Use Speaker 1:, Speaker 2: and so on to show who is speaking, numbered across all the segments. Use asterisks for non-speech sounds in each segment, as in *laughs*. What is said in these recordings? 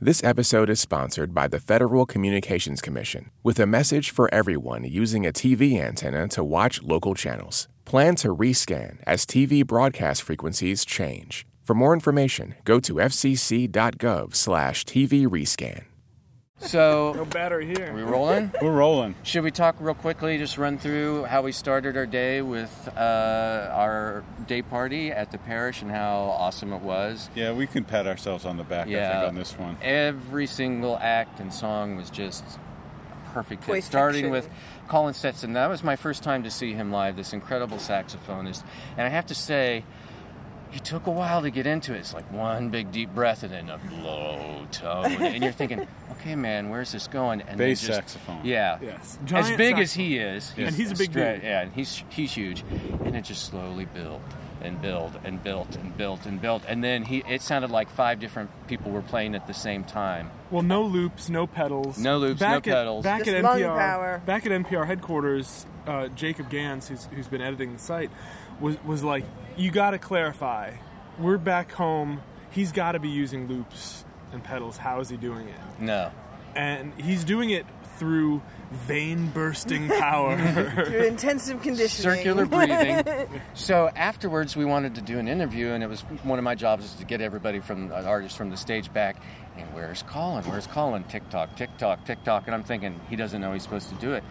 Speaker 1: This episode is sponsored by the Federal Communications Commission with a message for everyone using a TV antenna to watch local channels. Plan to rescan as TV broadcast frequencies change. For more information, go to fcc.gov slash TV rescan.
Speaker 2: So,
Speaker 3: No battery here.
Speaker 2: we rolling?
Speaker 3: We're rolling.
Speaker 2: Should we talk real quickly, just run through how we started our day with uh, our day party at the parish and how awesome it was?
Speaker 3: Yeah, we can pat ourselves on the back, I think, on this one.
Speaker 2: Every single act and song was just a perfect. fit.
Speaker 4: Perfection.
Speaker 2: Starting with Colin Stetson. That was my first time to see him live, this incredible saxophonist. And I have to say, he took a while to get into it. It's like one big deep breath and then a low tone. And you're thinking, *laughs* okay, man, where's this going? And then
Speaker 3: Bass
Speaker 2: just-
Speaker 3: saxophone.
Speaker 2: Yeah.
Speaker 5: Yes.
Speaker 2: as
Speaker 5: Giant
Speaker 2: big as
Speaker 5: saxophone.
Speaker 2: he is.
Speaker 5: And he's a big
Speaker 2: stra-
Speaker 5: dude.
Speaker 2: Yeah, and he's, he's huge. And it just slowly built and built and built and built and built. And then he, it sounded like five different people were playing at the same time.
Speaker 5: Well, no loops, no pedals.
Speaker 2: No loops,
Speaker 5: back
Speaker 2: no
Speaker 5: at,
Speaker 2: pedals.
Speaker 5: Back
Speaker 4: Just
Speaker 5: at
Speaker 4: lung
Speaker 5: NPR,
Speaker 4: power.
Speaker 5: back at NPR headquarters, uh, Jacob Gans, who's, who's been editing the site, was was like, "You got to clarify. We're back home. He's got to be using loops and pedals. How is he doing it?
Speaker 2: No.
Speaker 5: And he's doing it through vein bursting
Speaker 2: *laughs*
Speaker 5: power.
Speaker 4: Through intensive conditioning. *laughs*
Speaker 2: circular breathing. so afterwards, we wanted to do an interview, and it was one of my jobs is to get everybody from an artist from the stage back. And where's Colin? Where's Colin? Tick tock, tick tock, tick tock. And I'm thinking he doesn't know he's supposed to do it.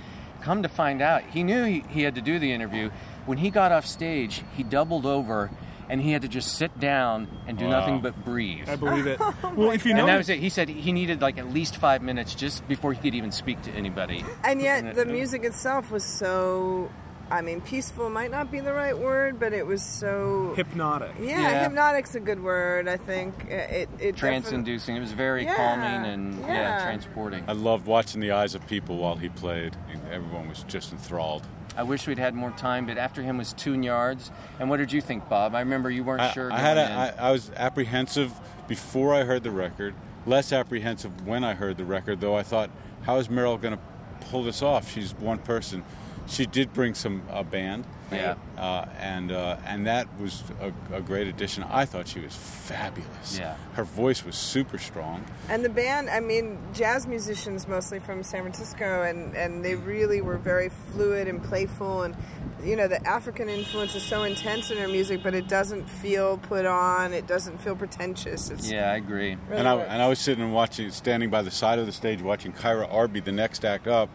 Speaker 2: Come to find out, he knew he, he had to do the interview. When he got off stage, he doubled over, and he had to just sit down and do nothing but breathe.
Speaker 5: I believe it.
Speaker 4: Oh
Speaker 5: well, if you
Speaker 2: And that
Speaker 5: know,
Speaker 2: was it. He said he needed like at least five minutes just before he could even speak to anybody.
Speaker 4: And yet, the music itself was so. I mean, peaceful might not be the right word, but it was so.
Speaker 5: hypnotic.
Speaker 4: yeah,
Speaker 2: Yeah.
Speaker 4: hypnotic's a good word. I think Uh, it it
Speaker 2: Trance
Speaker 4: defin-
Speaker 2: inducing. It was very
Speaker 4: Yeah,
Speaker 2: calming and yeah,
Speaker 4: yeah.
Speaker 2: transporting.
Speaker 3: I loved watching the eyes of people while he played. Everyone was just enthralled.
Speaker 2: I wish we'd had more time, but after him was Tune Yards. And what did you think, Bob? I remember you weren't
Speaker 3: I,
Speaker 2: sure.
Speaker 3: I had a,
Speaker 2: going in.
Speaker 3: I, I was apprehensive before I heard the record, less apprehensive when I heard the record, though I thought, how is Meryl going to pull this off? She's one person. She did bring some a band.
Speaker 2: Yeah.
Speaker 3: Uh, and uh, and that was a, a great addition. I thought she was fabulous.
Speaker 2: Yeah.
Speaker 3: Her voice was super strong.
Speaker 4: And the band, I mean, jazz musicians mostly from San Francisco, and, and they really were very fluid and playful. And, you know, the African influence is so intense in their music, but it doesn't feel put on, it doesn't feel pretentious. It's
Speaker 2: yeah, I agree.
Speaker 4: really
Speaker 3: and I,
Speaker 4: works.
Speaker 3: and I was sitting and watching, standing by the side of the stage, watching Kyra Arby, the next act up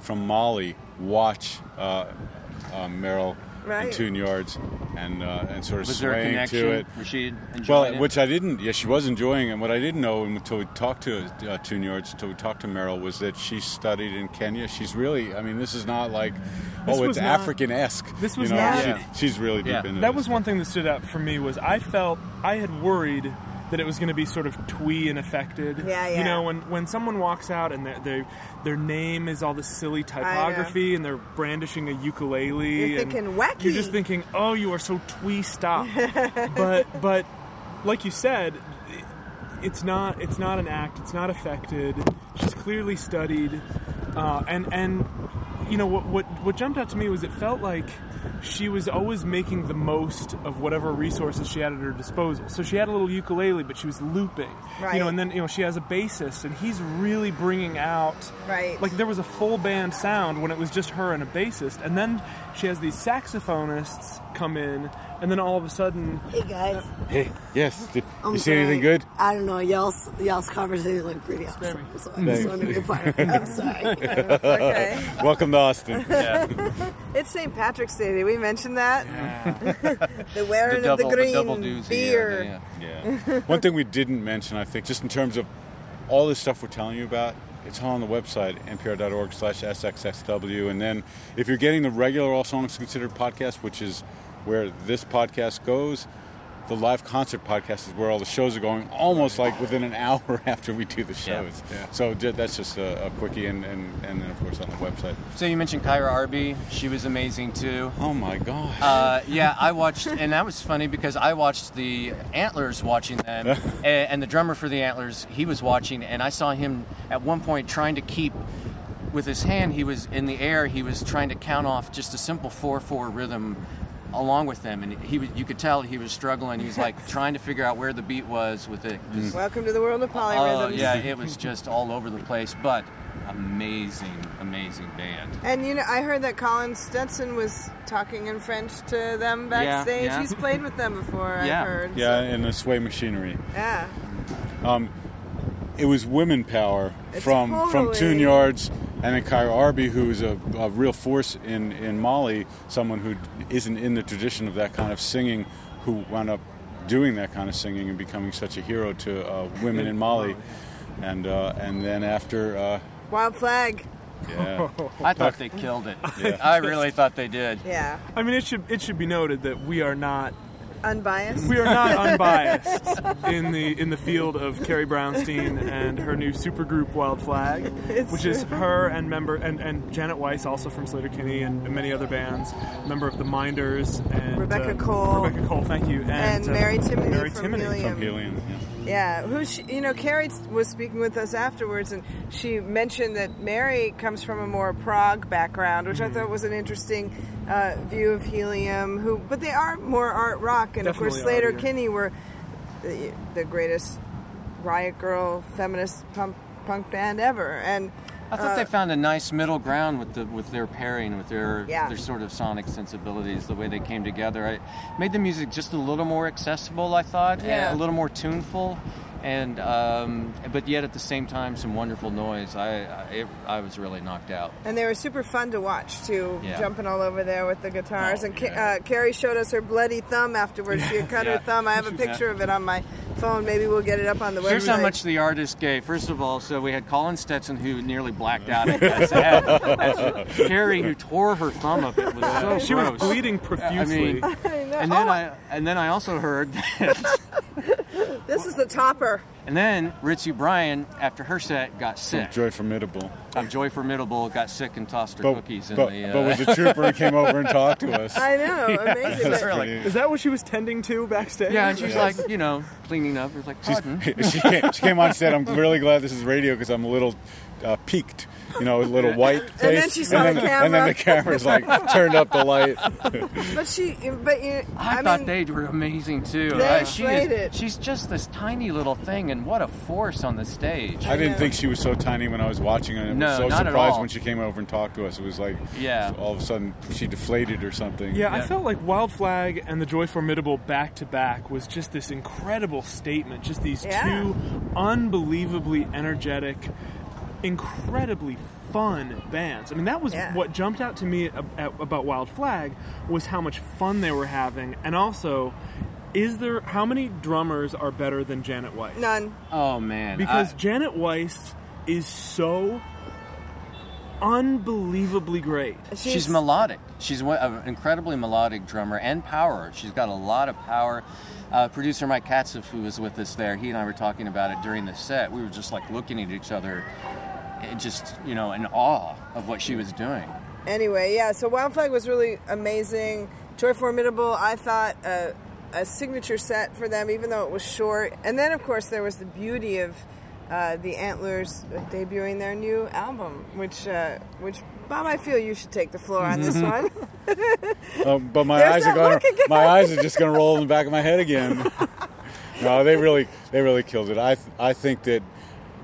Speaker 3: from Mali, watch uh, uh, Merrill in
Speaker 4: Right.
Speaker 3: Tune Yards, and uh, and sort of
Speaker 2: Was there a
Speaker 3: swaying
Speaker 2: connection?
Speaker 3: to it.
Speaker 2: Was she
Speaker 3: Well,
Speaker 2: enjoying it?
Speaker 3: which I didn't. Yeah, she was enjoying, and what I didn't know until we talked to uh, Tune Yards, until we talked to Merrill, was that she studied in Kenya. She's really, I mean, this is not like,
Speaker 5: This
Speaker 3: oh,
Speaker 5: was
Speaker 3: it's
Speaker 5: not-
Speaker 3: African esque.
Speaker 5: this was
Speaker 3: you know,
Speaker 5: not-
Speaker 3: she-
Speaker 2: Yeah.
Speaker 3: she's really deep
Speaker 2: Yeah.
Speaker 3: into
Speaker 5: That
Speaker 3: this.
Speaker 5: was one thing that stood out for me was I felt I had worried that it was going to be sort of twee and affected.
Speaker 4: Yeah,
Speaker 5: You
Speaker 4: yeah.
Speaker 5: know, when, when someone walks out and their their their name is all this silly typography and they're brandishing a ukulele,
Speaker 4: uh, You're
Speaker 5: and
Speaker 4: thinking wacky.
Speaker 5: You're just thinking, oh, you are so
Speaker 4: *laughs*
Speaker 5: twee stop. but but like you said, it- it's not it's not an act. It's not affected. She's clearly studied, uh, and and you know what, what what jumped out to me was it felt like she was always making the most of whatever resources she had at her disposal. So she had a little ukulele, but she was looping, you
Speaker 4: Right.
Speaker 5: know. And then you know she has a bassist, and he's really bringing out
Speaker 4: Right.
Speaker 5: Like there was a full band sound when it was just her and a bassist, and then she has these saxophonists come in, and then all of a sudden,
Speaker 6: Hey guys,
Speaker 3: Hey, yes. Did,
Speaker 5: Oh,
Speaker 6: I'm
Speaker 3: you see anything
Speaker 6: sorry.
Speaker 3: good?
Speaker 6: I don't know. Y'all's y'all's conversation looked pretty awesome. So I
Speaker 3: Thanks.
Speaker 6: just wanted to be a part of it. I'm
Speaker 2: *laughs*
Speaker 6: sorry.
Speaker 4: okay.
Speaker 3: Welcome to Austin.
Speaker 4: It's St. Patrick's Day. Did we mention that? *laughs* the wearing
Speaker 2: the double,
Speaker 4: of the green
Speaker 2: the double doozy.
Speaker 4: beer.
Speaker 2: Yeah, yeah.
Speaker 3: Yeah. One thing we didn't mention, I think, just in terms of all this stuff we're telling you about, it's all on the website, npr.org slash sxsw. And then if you're getting the regular All Songs Considered podcast, which is where this podcast goes, the live concert podcast is where all the shows are going, almost like within an *laughs* hour after we do the shows. So ju- that's just a, a quickie, and, and, and then, of course, on the website.
Speaker 2: So you mentioned Kyra Arby. She was amazing too.
Speaker 3: Oh, my gosh.
Speaker 2: Uh, yeah, I watched, and that was funny because I watched the Antlers watching them, a- and the drummer for the Antlers, he was watching, and I saw him at one point trying to keep with his hand. He was in the air. He was trying to count off just a simple four-four rhythm along with them, and he was, you could tell he was struggling. He was like trying to figure out where the beat was with it. 'cause-
Speaker 4: Welcome to the world of polyrhythms.
Speaker 2: Oh yeah, it was just all over the place, but amazing, amazing band.
Speaker 4: And you know, I heard that Colin Stetson was talking in French to them backstage.
Speaker 2: yeah.
Speaker 4: He's played with them before.
Speaker 2: Yeah.
Speaker 4: I've heard.
Speaker 3: Yeah, and the sway machinery.
Speaker 4: Yeah.
Speaker 3: It was women power
Speaker 4: It's
Speaker 3: from from
Speaker 4: totally-
Speaker 3: Tune Yards and then Kyra Arby, who is a, a real force in in Mali, someone who isn't in the tradition of that kind of singing, who wound up doing that kind of singing and becoming such a hero to uh, women in Mali. And uh, and then after, uh,
Speaker 4: Wild flag.
Speaker 3: yeah,
Speaker 2: I thought they killed it. I really thought they did.
Speaker 4: Yeah.
Speaker 5: I mean, it should it should be noted that we are not
Speaker 4: Unbiased.
Speaker 5: we are not unbiased in the in the field of Carrie Brownstein and her new supergroup Wild Flag,
Speaker 4: It's
Speaker 5: which is her and member and, and Janet Weiss, also from Slater Kinney and, and many other bands, member of the Minders and uh,
Speaker 4: Rebecca Cole.
Speaker 5: Rebecca Cole, thank you, and,
Speaker 4: And
Speaker 5: uh,
Speaker 4: Mary Timony
Speaker 5: Mary
Speaker 4: from
Speaker 5: Timony.
Speaker 4: Helium.
Speaker 3: from Helium. Yeah.
Speaker 4: Yeah, who she, you know, Carrie was speaking with us afterwards, and she mentioned that Mary comes from a more Prague background, which
Speaker 2: Mm-hmm.
Speaker 4: I thought was an interesting uh, view of Helium. Who, but they are more art rock, and of course
Speaker 5: Definitely
Speaker 4: Slater
Speaker 5: artier.
Speaker 4: Kinney were the, the greatest riot girl feminist punk, punk band ever, and
Speaker 2: I thought
Speaker 4: Uh,
Speaker 2: they found a nice middle ground with the with their pairing, with their
Speaker 4: Yeah.
Speaker 2: their sort of sonic sensibilities, the way they came together. I made the music just a little more accessible, I thought, and
Speaker 4: Yeah.
Speaker 2: a little more tuneful, and um, but yet at the same time some wonderful noise. I I, it, I was really knocked out.
Speaker 4: And they were super fun to watch too,
Speaker 2: Yeah.
Speaker 4: jumping all over there with the guitars.
Speaker 2: Oh,
Speaker 4: and Ca-
Speaker 2: yeah.
Speaker 4: uh, Carrie showed us her bloody thumb afterwards.
Speaker 2: *laughs*
Speaker 4: She had cut
Speaker 2: Yeah.
Speaker 4: her thumb. I have a picture of it on my phone. Maybe we'll get it up on the website.
Speaker 2: Here's how much the artist gave. First of all, so we had Colin Stetson who nearly blacked out.
Speaker 5: *laughs*
Speaker 2: at this ad. That's- Carrie who tore her thumb up. It was so
Speaker 5: She
Speaker 2: gross.
Speaker 5: was bleeding
Speaker 2: I
Speaker 5: profusely.
Speaker 2: *laughs* mean,
Speaker 4: *laughs*
Speaker 2: and
Speaker 4: Oh.
Speaker 2: then I and then I also heard
Speaker 4: This is the topper.
Speaker 2: And then Ritzy Bryan, after her set, got sick.
Speaker 3: Joy Formidable.
Speaker 2: Of Joy Formidable, got sick and tossed her
Speaker 3: But,
Speaker 2: cookies in
Speaker 3: but,
Speaker 2: the. Uh,
Speaker 3: but was a trooper who came over and
Speaker 2: *laughs*
Speaker 3: talked to us.
Speaker 4: I know,
Speaker 3: *laughs*
Speaker 4: amazing.
Speaker 3: That's
Speaker 4: but-
Speaker 3: pretty-
Speaker 5: is that what she was tending to backstage?
Speaker 2: yeah, and she's
Speaker 3: Yes.
Speaker 2: like, you know, cleaning up. It was like,
Speaker 3: She's,
Speaker 2: "Pardon?"
Speaker 3: *laughs* she, came, she came on and said, I'm really glad this is radio because I'm a little uh, peaked, you know, a little white face.
Speaker 4: then she saw
Speaker 3: and
Speaker 4: the
Speaker 3: then, and then the
Speaker 4: camera.
Speaker 3: camera's like turned up the light.
Speaker 4: but she, but you,
Speaker 2: I,
Speaker 4: I,
Speaker 2: thought
Speaker 4: mean,
Speaker 2: they were amazing too.
Speaker 4: They
Speaker 2: Uh, she
Speaker 4: played
Speaker 2: is,
Speaker 4: it.
Speaker 2: She's just this tiny little thing, and what a force on the stage.
Speaker 3: I didn't think she was so tiny when I was watching her. And I was
Speaker 2: No,
Speaker 3: so
Speaker 2: not at
Speaker 3: surprised
Speaker 2: all.
Speaker 3: when she came over and talked to us. It was like
Speaker 2: Yeah.
Speaker 3: all of a sudden she deflated or something.
Speaker 5: Yeah, I
Speaker 2: Yeah.
Speaker 5: felt like Wild Flag and the Joy Formidable back to back was just this incredible statement. Just these
Speaker 4: Yeah.
Speaker 5: two unbelievably energetic, incredibly fun bands. I mean, that was
Speaker 4: Yeah.
Speaker 5: what jumped out to me ab- at- about Wild Flag was how much fun they were having, and also, is there how many drummers are better than Janet Weiss?
Speaker 4: none.
Speaker 2: Oh man,
Speaker 5: because
Speaker 2: I-
Speaker 4: Uh,
Speaker 5: Janet Weiss is so unbelievably great.
Speaker 2: she's, melodic. She's one- an incredibly melodic drummer and power. She's got a lot of power. Uh, producer Mike Katzoff, who was with us there, he and I were talking about it during the set. We were just like looking at each other, eh, just you know, in awe of what she was doing.
Speaker 4: Anyway, yeah. So Wild Flag was really amazing. Joy Formidable, I thought uh, a signature set for them, even though it was short. And then, of course, there was the beauty of uh, the Antlers debuting their new album, which, uh, which Bob, I feel you should take the floor on this one. *laughs*
Speaker 3: Um, but my
Speaker 4: There's
Speaker 3: eyes are
Speaker 4: that
Speaker 3: going.
Speaker 4: look again.
Speaker 3: My eyes are just going to roll in the back of my head
Speaker 4: *laughs*
Speaker 3: again. no, they really, they really killed it. I, th- I think that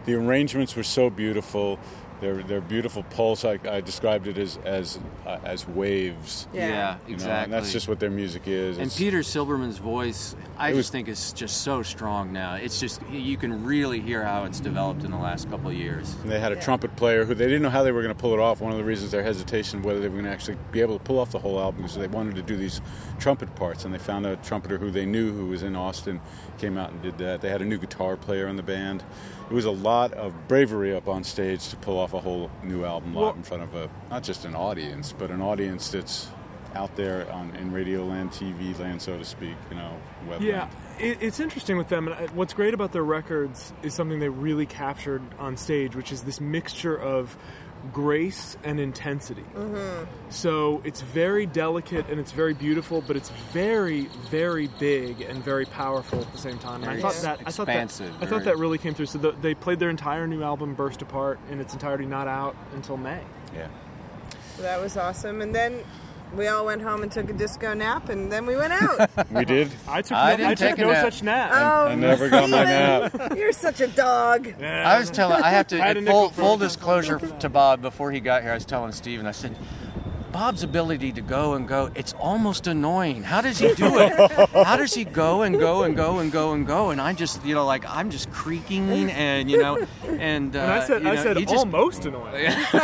Speaker 3: the arrangements were so beautiful. They're, they're beautiful pulse. I, I described it as as uh, as waves.
Speaker 4: Yeah.
Speaker 3: you know, and that's just what their music is.
Speaker 2: And
Speaker 3: It's-
Speaker 2: Peter Silberman's voice, I
Speaker 3: was-
Speaker 2: just think is just so strong now. It's just you can really hear how it's developed in the last couple of years.
Speaker 3: And they had a trumpet player who they didn't know how they were going to pull it off. One of the reasons their hesitation whether they were going to actually be able to pull off the whole album is they wanted to do these trumpet parts, and they found a trumpeter who they knew who was in Austin, came out and did that. They had a new guitar player in the band. It was a lot of bravery up on stage to pull off a whole new album live
Speaker 5: Well-
Speaker 3: in front of a not just an audience, but an audience that's out there on in radio land, TV land, so to speak. You know, web
Speaker 5: Yeah,
Speaker 3: land.
Speaker 5: it, it's interesting with them. And I- what's great about their records is something they really captured on stage, which is this mixture of grace and intensity. So it's very delicate and it's very beautiful, but it's very, very big and very powerful at the same time. And I
Speaker 2: Very
Speaker 5: thought
Speaker 2: ex-
Speaker 5: that I thought that,
Speaker 2: expansive,
Speaker 5: I thought
Speaker 2: very-
Speaker 5: that really came through. So the, they played their entire new album, Burst Apart, in its entirety, not out until May.
Speaker 3: Yeah.
Speaker 4: That was awesome. And then we all went home and took a disco nap, and then we went out.
Speaker 3: We did.
Speaker 5: I took
Speaker 2: I
Speaker 5: no,
Speaker 2: didn't
Speaker 5: I took
Speaker 2: take a
Speaker 5: no
Speaker 2: nap.
Speaker 5: such nap.
Speaker 4: oh,
Speaker 3: I never got
Speaker 4: *laughs*
Speaker 3: my
Speaker 4: Steven, You're such a dog.
Speaker 5: Yeah.
Speaker 2: I was telling, I have
Speaker 5: I had a
Speaker 2: to,
Speaker 5: nickel
Speaker 2: full,
Speaker 5: for
Speaker 2: full
Speaker 5: it.
Speaker 2: disclosure to Bob before he got here, I was telling Steve, and I said, Bob's ability to go and go, it's almost annoying. How does he do it? How does he go and go and go and go and go? And I just, you know, like, I'm just creaking and, you know, and, uh,
Speaker 5: and I said,
Speaker 2: you
Speaker 5: I
Speaker 2: know,
Speaker 5: said
Speaker 2: he just- *laughs*
Speaker 5: almost annoying.
Speaker 3: So,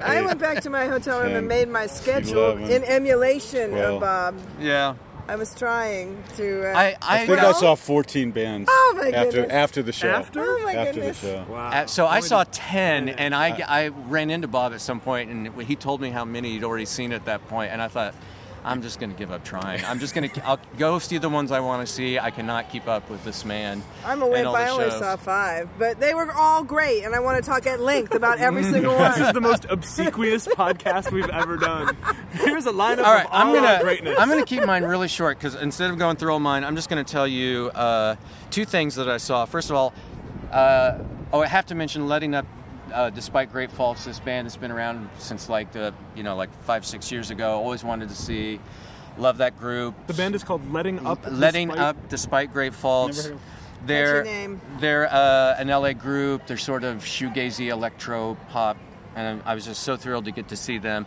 Speaker 4: I went back to my hotel room
Speaker 3: Ten,
Speaker 4: and made my schedule
Speaker 3: 11,
Speaker 4: in emulation
Speaker 3: twelve.
Speaker 4: of Bob.
Speaker 2: yeah.
Speaker 4: I was trying to. Uh,
Speaker 2: I,
Speaker 3: I think
Speaker 2: I,
Speaker 4: Well-
Speaker 3: I saw 14 bands
Speaker 4: Oh, my
Speaker 3: after
Speaker 4: goodness.
Speaker 3: after the show.
Speaker 5: After?
Speaker 4: oh my
Speaker 3: After
Speaker 4: goodness.
Speaker 3: the show.
Speaker 5: Wow.
Speaker 2: uh, so I
Speaker 5: Already-
Speaker 2: saw 10, and I, I ran into Bob at some point, and he told me how many he'd already seen at that point, and I thought, I'm just going to give up trying. I'm just going to I'll go see the ones I want to see. I cannot keep up with this man.
Speaker 4: I'm a wimp.
Speaker 2: and all the
Speaker 4: I only
Speaker 2: shows.
Speaker 4: saw five, but they were all great, and I want to talk at length
Speaker 2: *laughs*
Speaker 4: about every single
Speaker 5: This is
Speaker 4: one.
Speaker 5: the most obsequious podcast we've ever done. Here's a lineup
Speaker 2: All right,
Speaker 5: of all
Speaker 2: I'm
Speaker 5: our
Speaker 2: gonna
Speaker 5: greatness.
Speaker 2: I'm gonna keep mine really short because instead of going through all mine, I'm just gonna tell you uh, two things that I saw. First of all, uh, oh, I have to mention letting up. Uh, despite great faults, this band has been around since like the you know like five six years ago. Always wanted to see, love that group.
Speaker 5: the band is called Letting Up.
Speaker 2: letting
Speaker 5: Despite-
Speaker 2: up despite great
Speaker 5: Never
Speaker 2: faults.
Speaker 5: heard of
Speaker 2: They're
Speaker 4: That's your name.
Speaker 2: they're uh, an LA group. They're sort of shoegazy electro pop, and I was just so thrilled to get to see them.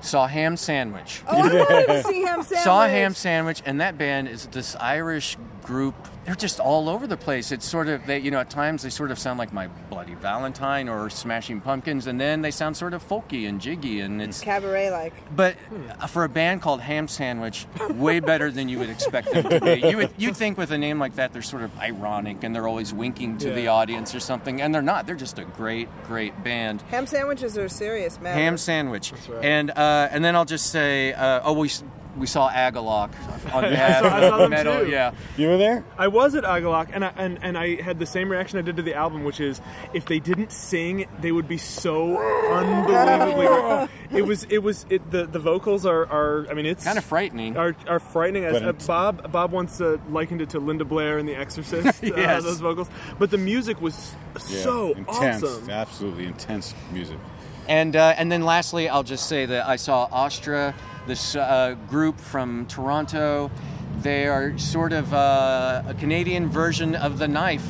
Speaker 2: Saw Ham Sandwich.
Speaker 4: Oh, I wanted to see ham
Speaker 2: *laughs*
Speaker 4: sandwich.
Speaker 2: Saw Ham Sandwich, and that band is this Irish group. They're just all over the place. It's sort of they, you know, at times they sort of sound like my Bloody Valentine or Smashing Pumpkins, and then they sound sort of folky and jiggy, and it's.
Speaker 4: Cabaret like.
Speaker 2: But uh, for a band called Ham Sandwich, way better than you would expect them to be. You would you'd think with a name like that, they're sort of ironic and they're always winking to the
Speaker 5: Yeah.
Speaker 2: audience or something, and they're not. They're just a great, great band.
Speaker 4: Ham sandwiches are serious, man.
Speaker 2: Ham sandwich. And uh, and then I'll just say, uh, oh, we s- we saw Agalock
Speaker 5: *laughs*
Speaker 2: on the
Speaker 5: I saw- I saw them
Speaker 2: metal.
Speaker 5: too.
Speaker 2: Yeah,
Speaker 3: You were there?
Speaker 5: I was at Agalock, and I, and and I had the same reaction I did to the album, which is if they didn't sing, they would be so
Speaker 3: *laughs*
Speaker 5: unbelievably. great. It was it was it, the the vocals are are I mean it's
Speaker 2: kind of frightening.
Speaker 5: Are, are frightening as
Speaker 3: But
Speaker 5: uh,
Speaker 3: it's-
Speaker 5: Bob Bob once uh, likened it to Linda Blair in
Speaker 2: *laughs*
Speaker 5: The Exorcist. uh,
Speaker 2: Yes.
Speaker 5: those vocals, but the music was
Speaker 3: Yeah.
Speaker 5: so
Speaker 3: intense,
Speaker 5: awesome.
Speaker 3: absolutely intense music.
Speaker 2: And uh, and then lastly, I'll just say that I saw Astra, this uh, group from Toronto. They are sort of uh, a Canadian version of the Knife,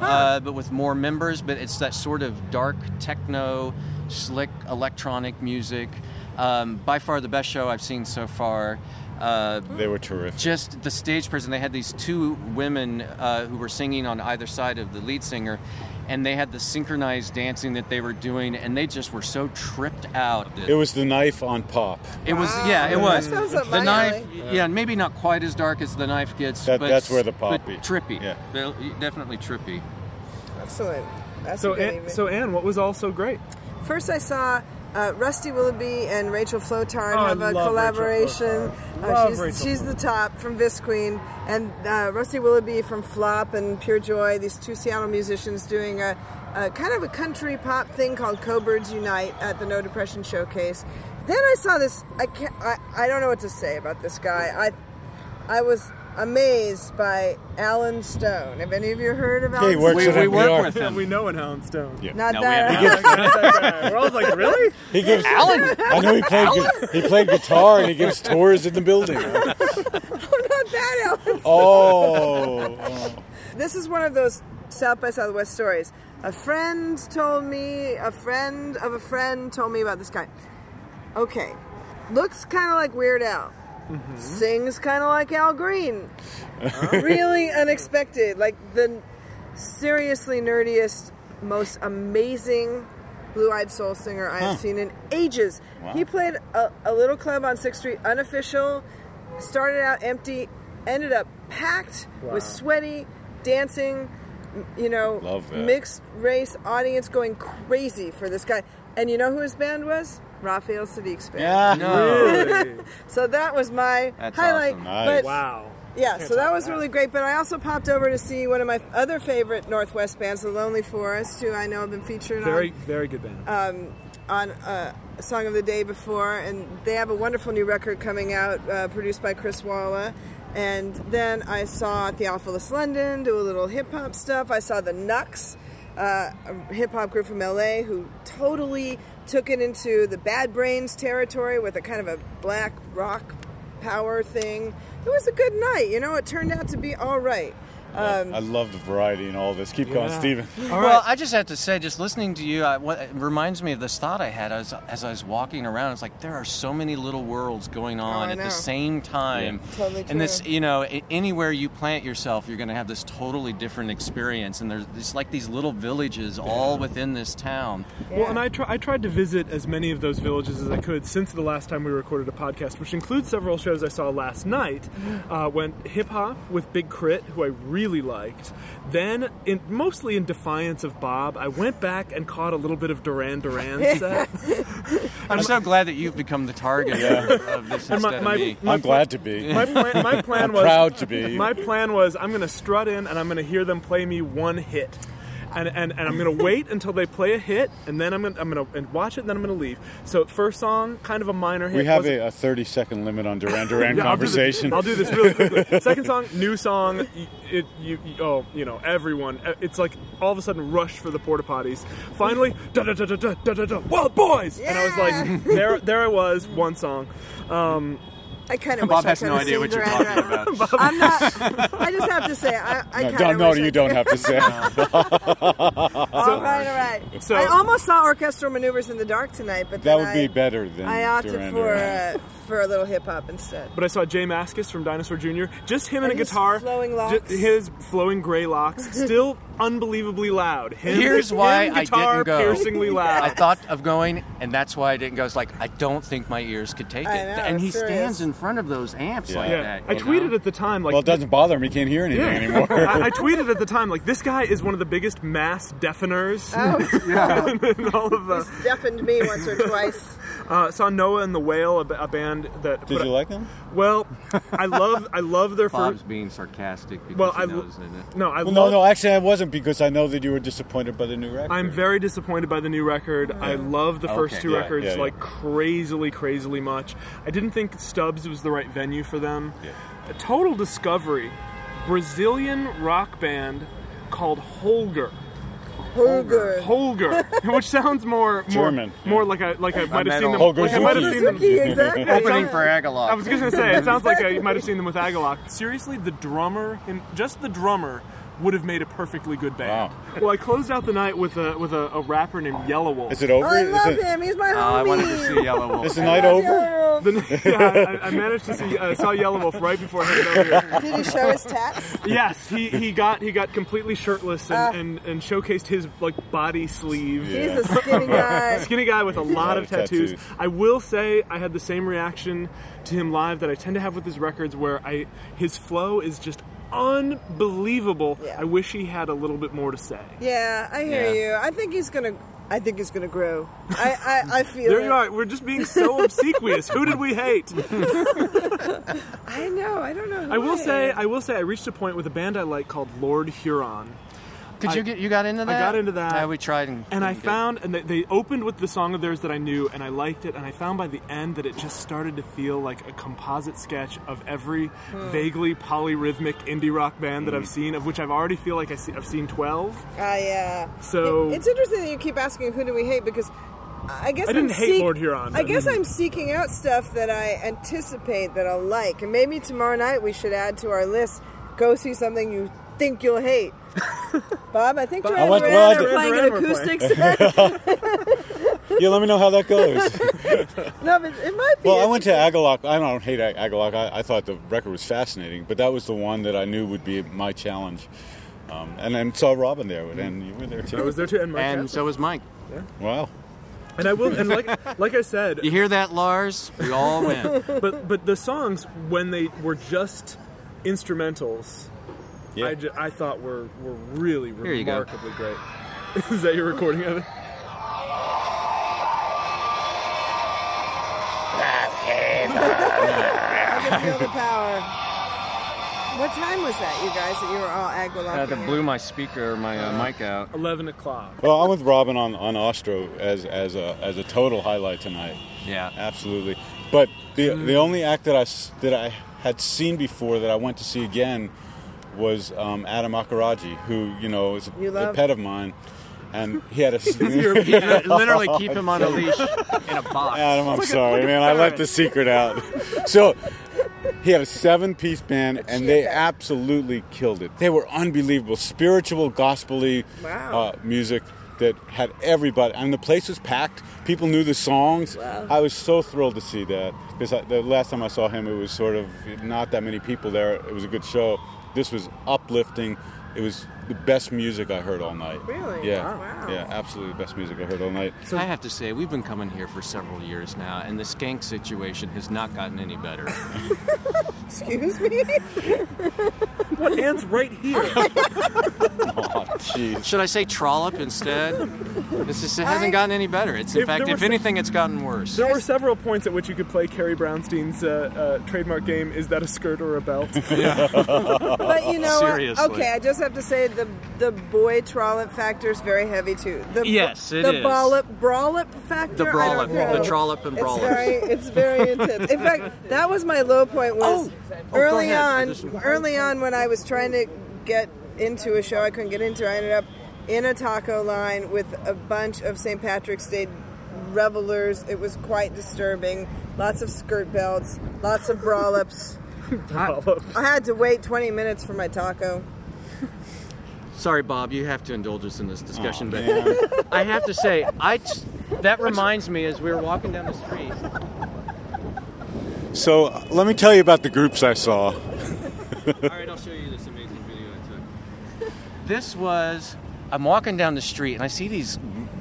Speaker 2: uh, but with more members. But it's that sort of dark techno, slick electronic music. Um, by far the best show I've seen so far. Uh,
Speaker 3: They were terrific.
Speaker 2: just the stage person. They had these two women uh, who were singing on either side of the lead singer, and they had the synchronized dancing that they were doing, and they just were so tripped out.
Speaker 3: It was the knife on pop.
Speaker 2: It was- yeah, it was.
Speaker 4: That sounds up
Speaker 2: the
Speaker 4: my
Speaker 2: knife,
Speaker 4: alley.
Speaker 2: yeah. maybe not quite as dark as the knife gets.
Speaker 3: That-
Speaker 2: but,
Speaker 3: that's where the pop
Speaker 2: but
Speaker 3: be.
Speaker 2: trippy,
Speaker 3: Yeah.
Speaker 2: They're definitely trippy.
Speaker 4: Excellent. That's
Speaker 5: So
Speaker 4: a good
Speaker 5: Ann,
Speaker 4: evening.
Speaker 5: so Anne, what was all so great?
Speaker 4: First, I saw uh, Rusty Willoughby and Rachel Flotarn
Speaker 5: Oh, I
Speaker 4: have a
Speaker 5: love
Speaker 4: collaboration. Uh,
Speaker 5: Rachel Flotarn. Love
Speaker 4: she's,
Speaker 5: Rachel
Speaker 4: she's the top from Vis Queen, and uh, Rusty Willoughby from Flop and Pure Joy. These two Seattle musicians doing a, a kind of a country pop thing called Coburns Unite at the No Depression Showcase. Then I saw this. I can't. I, I don't know what to say about this guy. I I was amazed by Alan Stone. Have any of you heard of Alan?
Speaker 3: He works
Speaker 2: We,
Speaker 3: at
Speaker 4: Stone?
Speaker 2: we
Speaker 3: NPR.
Speaker 2: work with
Speaker 5: Yeah,
Speaker 2: them.
Speaker 5: we know in Houndstone.
Speaker 3: Yeah.
Speaker 4: Not
Speaker 2: No, we
Speaker 4: that. *laughs*
Speaker 2: have
Speaker 5: We're all like, *laughs* really?
Speaker 3: He gives.
Speaker 2: Alan,
Speaker 3: I know he played. gu- He played guitar and he gives tours in the
Speaker 4: *laughs*
Speaker 3: building.
Speaker 4: not that Alan.
Speaker 3: Oh, oh.
Speaker 4: this is one of those South by Southwest stories. A friend told me, a friend of a friend told me about this guy. Okay, looks kind of like Weird Al.
Speaker 3: Mm-hmm.
Speaker 4: Sings kind of like
Speaker 3: *laughs*
Speaker 4: Al Green. really unexpected. Like the seriously nerdiest, most amazing blue eyed soul singer I have seen in ages. He played a, a little club on 6th Street, unofficial, started out empty, ended up packed with sweaty, dancing, m- you know,
Speaker 3: Love that.
Speaker 4: mixed race audience going crazy for this guy. And you know who his band was? Raphael Sadiq's band.
Speaker 5: Really?
Speaker 4: So that was my
Speaker 2: That's
Speaker 4: highlight.
Speaker 2: awesome.
Speaker 3: Nice.
Speaker 4: But
Speaker 5: wow.
Speaker 4: yeah, so that was really great. But I also popped over to see one of my other favorite Northwest bands, The Lonely Forest, who I know have been featured
Speaker 5: Very, very good band.
Speaker 4: on on uh, Song of the Day before, and they have a wonderful new record coming out, uh, produced by Chris Walla. And then I saw Theophilus London do a little hip hop stuff. I saw the Nux, uh, a hip hop group from LA, who totally took it into the Bad Brains territory with a kind of a black rock power thing. It was a good night, you know. It turned out to be all right. Uh, Um,
Speaker 3: I love the variety in all this. Keep going,
Speaker 5: Yeah.
Speaker 3: Steven.
Speaker 5: All
Speaker 2: well,
Speaker 5: right.
Speaker 2: I just have to say, just listening to you, I, what, it reminds me of this thought I had as, as I was walking around. It's like there are so many little worlds going on
Speaker 4: Oh, I
Speaker 2: at
Speaker 4: know.
Speaker 2: the same time.
Speaker 4: Totally
Speaker 2: And this,
Speaker 4: true.
Speaker 2: you know, a- anywhere you plant yourself, you're going to have this totally different experience. And there's it's like these little villages all within this town.
Speaker 5: Well, and I, try, I tried to visit as many of those villages as I could since the last time we recorded a podcast, which includes several shows I saw last night. Uh, went hip hop with Big Crit, who I really liked. Then, in, mostly in defiance of Bob, I went back and caught a little bit of Duran *laughs* Duran set.
Speaker 2: I'm so glad that you've become the target of, of this
Speaker 5: And
Speaker 2: instead of me.
Speaker 5: my
Speaker 3: I'm glad to be.
Speaker 5: my plan,
Speaker 3: *laughs*
Speaker 5: my plan was
Speaker 3: proud to be.
Speaker 5: My plan was I'm gonna strut in and I'm gonna hear them play me one hit. And, and, and I'm gonna wait until they play a hit, and then I'm gonna I'm gonna and watch it, and then I'm gonna leave. So first song, kind of a minor hit.
Speaker 3: We have
Speaker 5: wasn't-
Speaker 3: a, a 30 second limit on
Speaker 5: *laughs*
Speaker 3: Duran Duran
Speaker 5: Yeah, I'll do this-
Speaker 3: conversation.
Speaker 5: I'll do this really
Speaker 3: *laughs*
Speaker 5: quickly. Second song, new song. y- It you, you- oh you know everyone. uh, It's like all of a sudden rush for the porta potties. Finally, da da da da da da da da. Wild boys, and I was like, there there I was, one song. Um,
Speaker 4: I kind of
Speaker 2: Bob
Speaker 4: wish
Speaker 2: has
Speaker 4: I
Speaker 2: no idea what you're talking
Speaker 5: *laughs*
Speaker 2: about.
Speaker 4: I'm not. I just have to say, I, I
Speaker 3: no,
Speaker 4: kind
Speaker 3: don't,
Speaker 4: of
Speaker 3: no, you don't have to say.
Speaker 4: *laughs* all right, all right.
Speaker 5: So-
Speaker 4: I almost saw orchestral maneuvers in the dark tonight,
Speaker 3: that
Speaker 4: but then
Speaker 3: would
Speaker 4: I,
Speaker 3: be better than
Speaker 4: I opted
Speaker 3: Duran
Speaker 4: for
Speaker 3: Duran.
Speaker 4: uh, for a little hip hop instead.
Speaker 5: But I saw Jay Mascis from Dinosaur Jr. Just him and, a
Speaker 4: And his
Speaker 5: guitar.
Speaker 4: flowing
Speaker 5: ju-
Speaker 4: locks.
Speaker 5: his flowing
Speaker 4: *laughs*
Speaker 5: gray locks, still unbelievably loud. Him,
Speaker 2: Here's why
Speaker 5: him,
Speaker 2: I
Speaker 5: guitar
Speaker 2: didn't go.
Speaker 4: *laughs*
Speaker 5: piercingly loud.
Speaker 2: I thought of going, and that's why I didn't go. It's like I don't think my ears could take it.
Speaker 4: I know,
Speaker 2: and he
Speaker 4: serious.
Speaker 2: stands in front of those amps
Speaker 3: Yeah.
Speaker 2: like
Speaker 5: yeah,
Speaker 2: that.
Speaker 5: I
Speaker 2: you
Speaker 5: tweeted
Speaker 2: know?
Speaker 5: at the time like.
Speaker 3: well, it doesn't bother him. He can't hear anything
Speaker 5: yeah.
Speaker 3: anymore.
Speaker 5: *laughs* I, I tweeted at the time like this guy is one of the biggest mass deafeners
Speaker 4: Oh.
Speaker 5: *laughs*
Speaker 3: *laughs*
Speaker 5: in all of the.
Speaker 4: Deafened me once or twice.
Speaker 5: Uh, saw Noah and the Whale, a, ba- a band that.
Speaker 3: Did
Speaker 5: put
Speaker 3: you
Speaker 5: a-
Speaker 3: like them? *laughs*
Speaker 5: Well, I love I love their
Speaker 2: Bob's
Speaker 5: first.
Speaker 2: being sarcastic because
Speaker 5: Well,
Speaker 2: he
Speaker 5: I l-
Speaker 2: knows. that-
Speaker 5: no, I
Speaker 3: Well,
Speaker 5: love.
Speaker 3: no, no, actually, I wasn't because I know that you were disappointed by the new record.
Speaker 5: I'm very disappointed by the new record. I love the first
Speaker 2: Okay,
Speaker 5: two
Speaker 2: yeah,
Speaker 5: records
Speaker 3: yeah, yeah.
Speaker 5: like crazily, crazily much. I didn't think Stubbs was the right venue for them. A total discovery. Brazilian rock band called Holger.
Speaker 3: *laughs*
Speaker 4: Holger.
Speaker 5: Holger, which sounds more more,
Speaker 3: German, yeah.
Speaker 5: more like I like I might have
Speaker 2: metal.
Speaker 5: seen them.
Speaker 3: Holger
Speaker 5: Like I might have
Speaker 3: Zuki.
Speaker 5: seen them.
Speaker 4: Suzuki, exactly.
Speaker 2: Opening for Agalov.
Speaker 5: I was just gonna say it sounds like uh, you might have seen them with Agalock. Seriously, the drummer, him, just the drummer, would have made a perfectly good band.
Speaker 3: Wow.
Speaker 5: Well, I closed out the night with a with a, a rapper named Yellow Wolf.
Speaker 3: Is it over?
Speaker 4: Oh, I
Speaker 3: Is
Speaker 4: love
Speaker 3: it-
Speaker 4: him. He's my
Speaker 2: Oh,
Speaker 4: homie.
Speaker 2: I wanted to see Yellow Wolf.
Speaker 3: Is the night over?
Speaker 5: The n- *laughs* yeah, I, I managed to see uh, saw Yellow Wolf right before I headed over here.
Speaker 4: Did he show his tats?
Speaker 5: Yes, he, he got he got completely shirtless and, and, and showcased his like body sleeve.
Speaker 4: He's a skinny guy.
Speaker 5: Skinny guy with a lot of
Speaker 3: of tattoos.
Speaker 5: tattoos. I will say I had the same reaction to him live that I tend to have with his records, where I his flow is just unbelievable.
Speaker 4: Yeah.
Speaker 5: I wish he had a little bit more to say.
Speaker 4: Yeah, I
Speaker 2: Yeah.
Speaker 4: hear you. I think he's gonna. I think he's gonna grow. I I, I feel.
Speaker 5: There
Speaker 4: it.
Speaker 5: you are. We're just being so obsequious. Who did we hate?
Speaker 4: I know. I don't know. who
Speaker 5: I will say,
Speaker 4: am.
Speaker 5: I will say, I reached a point with a band I like called Lord Huron.
Speaker 2: Could you get you got into that?
Speaker 5: I got into that.
Speaker 2: Yeah, we tried and
Speaker 5: And I
Speaker 2: couldn't get-
Speaker 5: found, and they, they opened with the song of theirs that I knew, and I liked it. And I found by the end that it just started to feel like a composite sketch of every vaguely polyrhythmic indie rock band that
Speaker 2: Mm.
Speaker 5: I've seen, of which I've already feel like I see, I've seen twelve.
Speaker 4: Ah, yeah.
Speaker 5: So-
Speaker 4: It- it's interesting that you keep asking who do we hate because I guess
Speaker 5: I didn't
Speaker 4: am
Speaker 5: hate Lord Huron,
Speaker 4: I
Speaker 5: but-
Speaker 4: guess I'm seeking out stuff that I anticipate that I'll like, and maybe tomorrow night we should add to our list. Go see something you think you'll
Speaker 5: *laughs*
Speaker 4: hate. Bob, I think
Speaker 5: Bob-
Speaker 4: you're
Speaker 5: I
Speaker 3: want- well, I
Speaker 4: are
Speaker 3: did-
Speaker 4: playing
Speaker 5: Duran
Speaker 4: an
Speaker 5: Duran were
Speaker 4: acoustic
Speaker 5: *laughs*
Speaker 3: Yeah, let me know how that goes.
Speaker 4: *laughs* no, but it might be.
Speaker 3: Well, I went to Agalock. I don't hate Ag- Agalock. I, I thought the record was fascinating, but that was the one that I knew would be my challenge. Um, and then saw Robin there, and you were there
Speaker 5: I
Speaker 3: too.
Speaker 5: was there too, and Mike
Speaker 2: And
Speaker 5: Jackson.
Speaker 2: so was Mike.
Speaker 3: Wow.
Speaker 5: and I will, and
Speaker 2: *laughs*
Speaker 5: like like I said,
Speaker 2: You hear that, Lars? We all *laughs* win.
Speaker 5: but but the songs when they were just instrumentals,
Speaker 3: Yeah.
Speaker 5: I, ju- I thought were were really
Speaker 2: Here you go.
Speaker 5: remarkably great. *laughs* Is that your recording of it?
Speaker 4: I can feel the power. What time was that, you guys? That you were all Aguilar.
Speaker 2: Uh, that blew my speaker, my uh, mic out.
Speaker 5: Eleven o'clock.
Speaker 3: well, I'm with Robin on, on Ostro as as a as a total highlight tonight.
Speaker 2: Yeah.
Speaker 3: Absolutely. But the the only act that I s- that I had seen before that I went to see again was um, Adam Akaraji, who you know is a,
Speaker 4: You
Speaker 3: a
Speaker 4: love-
Speaker 3: pet of mine. and
Speaker 2: *laughs*
Speaker 3: he had a. *laughs*
Speaker 2: Yeah, uh, literally keep him on a leash in a *laughs* box.
Speaker 3: Adam, I'm
Speaker 5: like a-
Speaker 3: sorry,
Speaker 5: like a
Speaker 3: man. I let
Speaker 5: ferret.
Speaker 3: the secret out. *laughs* so he had a seven-piece band, and they absolutely killed it. They were unbelievable, spiritual, gospel-y
Speaker 4: Wow.
Speaker 3: uh, music that had everybody. I mean, the place was packed. People knew the songs. I was so thrilled to see that because the last time I saw him, it was sort of not that many people there. It was a good show. This was uplifting. It was the best music I heard all night.
Speaker 4: Really?
Speaker 3: Yeah.
Speaker 4: Wow.
Speaker 3: Yeah, absolutely the best music I heard all night.
Speaker 2: I have to say, we've been coming here for several years now, and the skank situation has not gotten any
Speaker 5: *laughs*
Speaker 2: better.
Speaker 4: Excuse me.
Speaker 5: What ants right here?
Speaker 3: Oh, jeez.
Speaker 2: Should I say trollop instead? This is, it hasn't
Speaker 4: I-
Speaker 2: gotten any better. It's in
Speaker 5: If
Speaker 2: fact,
Speaker 5: there
Speaker 2: if
Speaker 5: was-
Speaker 2: anything, it's gotten worse.
Speaker 5: There were several points at which you could play Carrie Brownstein's uh, uh, trademark game. Is that a skirt or a belt?
Speaker 4: *laughs* But you know,
Speaker 2: Seriously.
Speaker 4: what? okay, I just have to say the the boy trollop factor is very heavy too. The,
Speaker 2: Yes, it
Speaker 4: the
Speaker 2: is.
Speaker 4: brawlip brawlip factor.
Speaker 2: The
Speaker 4: I
Speaker 2: brawlip,
Speaker 4: don't know.
Speaker 2: the trollop and
Speaker 4: It's
Speaker 2: brawlop.
Speaker 4: very, it's very intense. In fact, that was my low point. Was early
Speaker 2: Oh. ahead. I
Speaker 4: on,
Speaker 2: just-
Speaker 4: early on when I was trying to get into a show I couldn't get into. I ended up in a taco line with a bunch of St. Patrick's Day revelers. It was quite disturbing. Lots of skirt belts, lots of
Speaker 2: *laughs*
Speaker 4: brawlups. I had to wait 20 minutes for my taco.
Speaker 2: Sorry, Bob, you have to indulge us in this discussion, but
Speaker 3: Man.
Speaker 2: I have to say,
Speaker 5: *laughs*
Speaker 2: I t- that reminds me as we were walking down the street.
Speaker 3: So let me tell you about the groups I saw.
Speaker 2: All right, I'll show you this amazing video I took. This was I'm walking down the street and I see these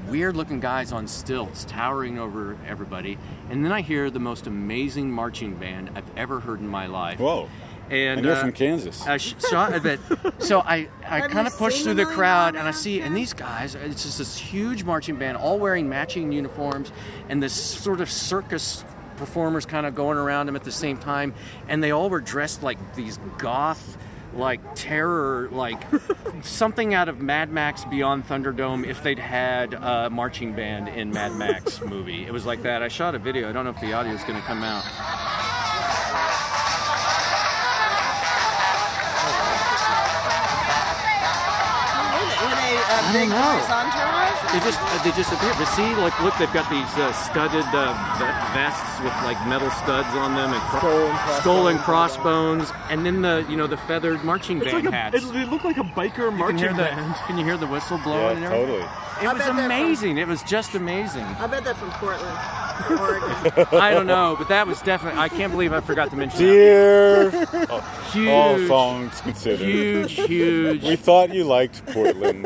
Speaker 2: weird-looking guys on stilts towering over everybody, and then I hear the most amazing marching band I've ever heard in my life.
Speaker 3: Whoa.
Speaker 2: And,
Speaker 3: And, you're
Speaker 2: uh,
Speaker 3: from Kansas.
Speaker 2: a sh- shot of it. So I, I
Speaker 4: Have
Speaker 2: kind
Speaker 4: you
Speaker 2: of push
Speaker 4: seen
Speaker 2: through the
Speaker 4: them all
Speaker 2: crowd
Speaker 4: now,
Speaker 2: and I see, and
Speaker 4: Matt?
Speaker 2: these guys, uh, it's just this huge marching band, all wearing matching uniforms, and this sort of circus performers kind of going around them at the same time, and they all were dressed like these goth. Like terror, like something out of Mad Max Beyond Thunderdome. If they'd had a marching band in Mad Max movie, it was like that. I shot a video. I don't know if the audio is going to come out.
Speaker 4: I
Speaker 2: big know. They just uh, they just appear. But see, like look, they've got these uh, studded uh, ve- vests with like metal studs on them and cro-
Speaker 5: Skull and crossbones.
Speaker 2: skull and crossbones, and then the you know the feathered marching
Speaker 5: it's
Speaker 2: band
Speaker 5: like a,
Speaker 2: hats.
Speaker 5: it, it looked like a biker
Speaker 2: can,
Speaker 5: marching
Speaker 2: hear the,
Speaker 5: band.
Speaker 2: *laughs* can you hear the whistle blowing?
Speaker 3: yeah,
Speaker 2: and everything?
Speaker 3: totally.
Speaker 2: It
Speaker 4: I
Speaker 2: was
Speaker 4: bet they're from-
Speaker 2: amazing. It was just
Speaker 4: *laughs*
Speaker 2: amazing.
Speaker 4: *laughs* I bet that's from Portland. or Oregon.
Speaker 2: I don't know, but that was definitely. I can't believe I forgot to mention that. *laughs*
Speaker 3: Dear, all
Speaker 2: Huge,
Speaker 3: songs considered.
Speaker 2: huge, huge.
Speaker 3: We thought you liked Portland. *laughs*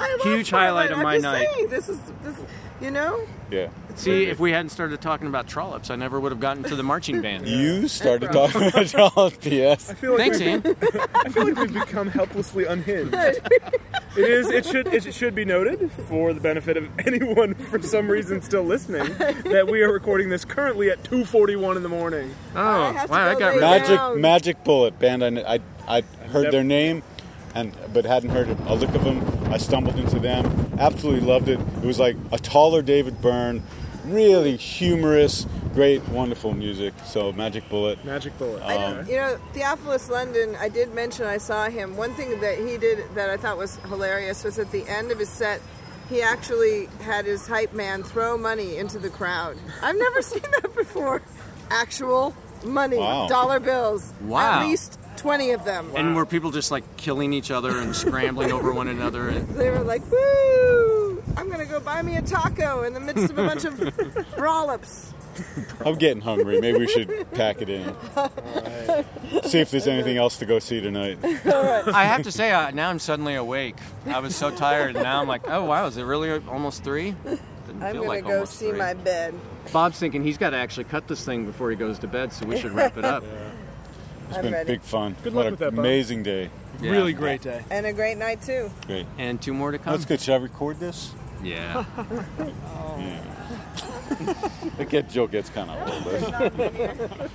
Speaker 4: I love
Speaker 2: Huge
Speaker 4: Portland.
Speaker 2: highlight of
Speaker 4: I'm
Speaker 2: my
Speaker 4: just
Speaker 2: night.
Speaker 4: saying, this is this, you know.
Speaker 3: Yeah.
Speaker 2: See, if we hadn't started talking about trollops, I never would have gotten to the marching band.
Speaker 3: You started talking
Speaker 2: *laughs*
Speaker 3: about y'all PS.
Speaker 5: I feel like
Speaker 2: Thanks,
Speaker 5: we've-
Speaker 2: Ian.
Speaker 5: I feel like we've become helplessly unhinged. It is. It should. It should be noted for the benefit of anyone for some reason still listening that we are recording this currently at 2:41 in the morning.
Speaker 2: Oh, wow!
Speaker 4: have to
Speaker 2: I
Speaker 4: go
Speaker 2: got
Speaker 4: lay
Speaker 2: really.
Speaker 3: Magic
Speaker 4: Down.
Speaker 3: Magic Bullet band. I, kn- I, I heard
Speaker 5: Yep.
Speaker 3: their name, and but hadn't heard a lick of them. I stumbled into them. Absolutely loved it. It was like a taller David Byrne. Really humorous, great, wonderful music. So Magic Bullet. Um,
Speaker 5: Magic bullet.
Speaker 4: I don't, you know, Theophilus London, I did mention I saw him. One thing that he did that I thought was hilarious was at the end of his set, he actually had his hype man throw money into the crowd. I've never *laughs* seen that before. Actual money,
Speaker 3: Wow.
Speaker 4: dollar bills.
Speaker 2: Wow.
Speaker 4: At least 20 of them.
Speaker 2: And were people just like killing each other and scrambling over one another? And
Speaker 4: They were like, woo, I'm going to go buy me a taco in the midst of a bunch of
Speaker 2: *laughs*
Speaker 4: rollups.
Speaker 3: I'm getting hungry. Maybe we should pack it in. See if there's anything else to go see tonight.
Speaker 2: *laughs* I have to say, uh, now I'm suddenly awake. I was so tired, and now I'm like, oh wow, is it really almost 3 Didn't
Speaker 4: I'm
Speaker 2: feel
Speaker 4: going
Speaker 2: like
Speaker 4: to go
Speaker 2: almost
Speaker 4: see
Speaker 2: three.
Speaker 4: my bed.
Speaker 2: Bob's thinking he's got to actually cut this thing before he goes to bed, so we should wrap it
Speaker 4: *laughs*
Speaker 2: up.
Speaker 3: It's
Speaker 4: I'm
Speaker 3: been
Speaker 4: ready.
Speaker 3: big fun.
Speaker 5: Good
Speaker 3: what
Speaker 5: luck
Speaker 3: an
Speaker 5: with that, Bob.
Speaker 3: amazing day.
Speaker 2: Yeah.
Speaker 5: Really great day.
Speaker 4: And a great night, too.
Speaker 3: Great.
Speaker 2: And two more to come.
Speaker 3: That's
Speaker 4: Um,
Speaker 3: good. Should I record this?
Speaker 5: *laughs*
Speaker 2: Yeah.
Speaker 3: The get joke gets kind of old.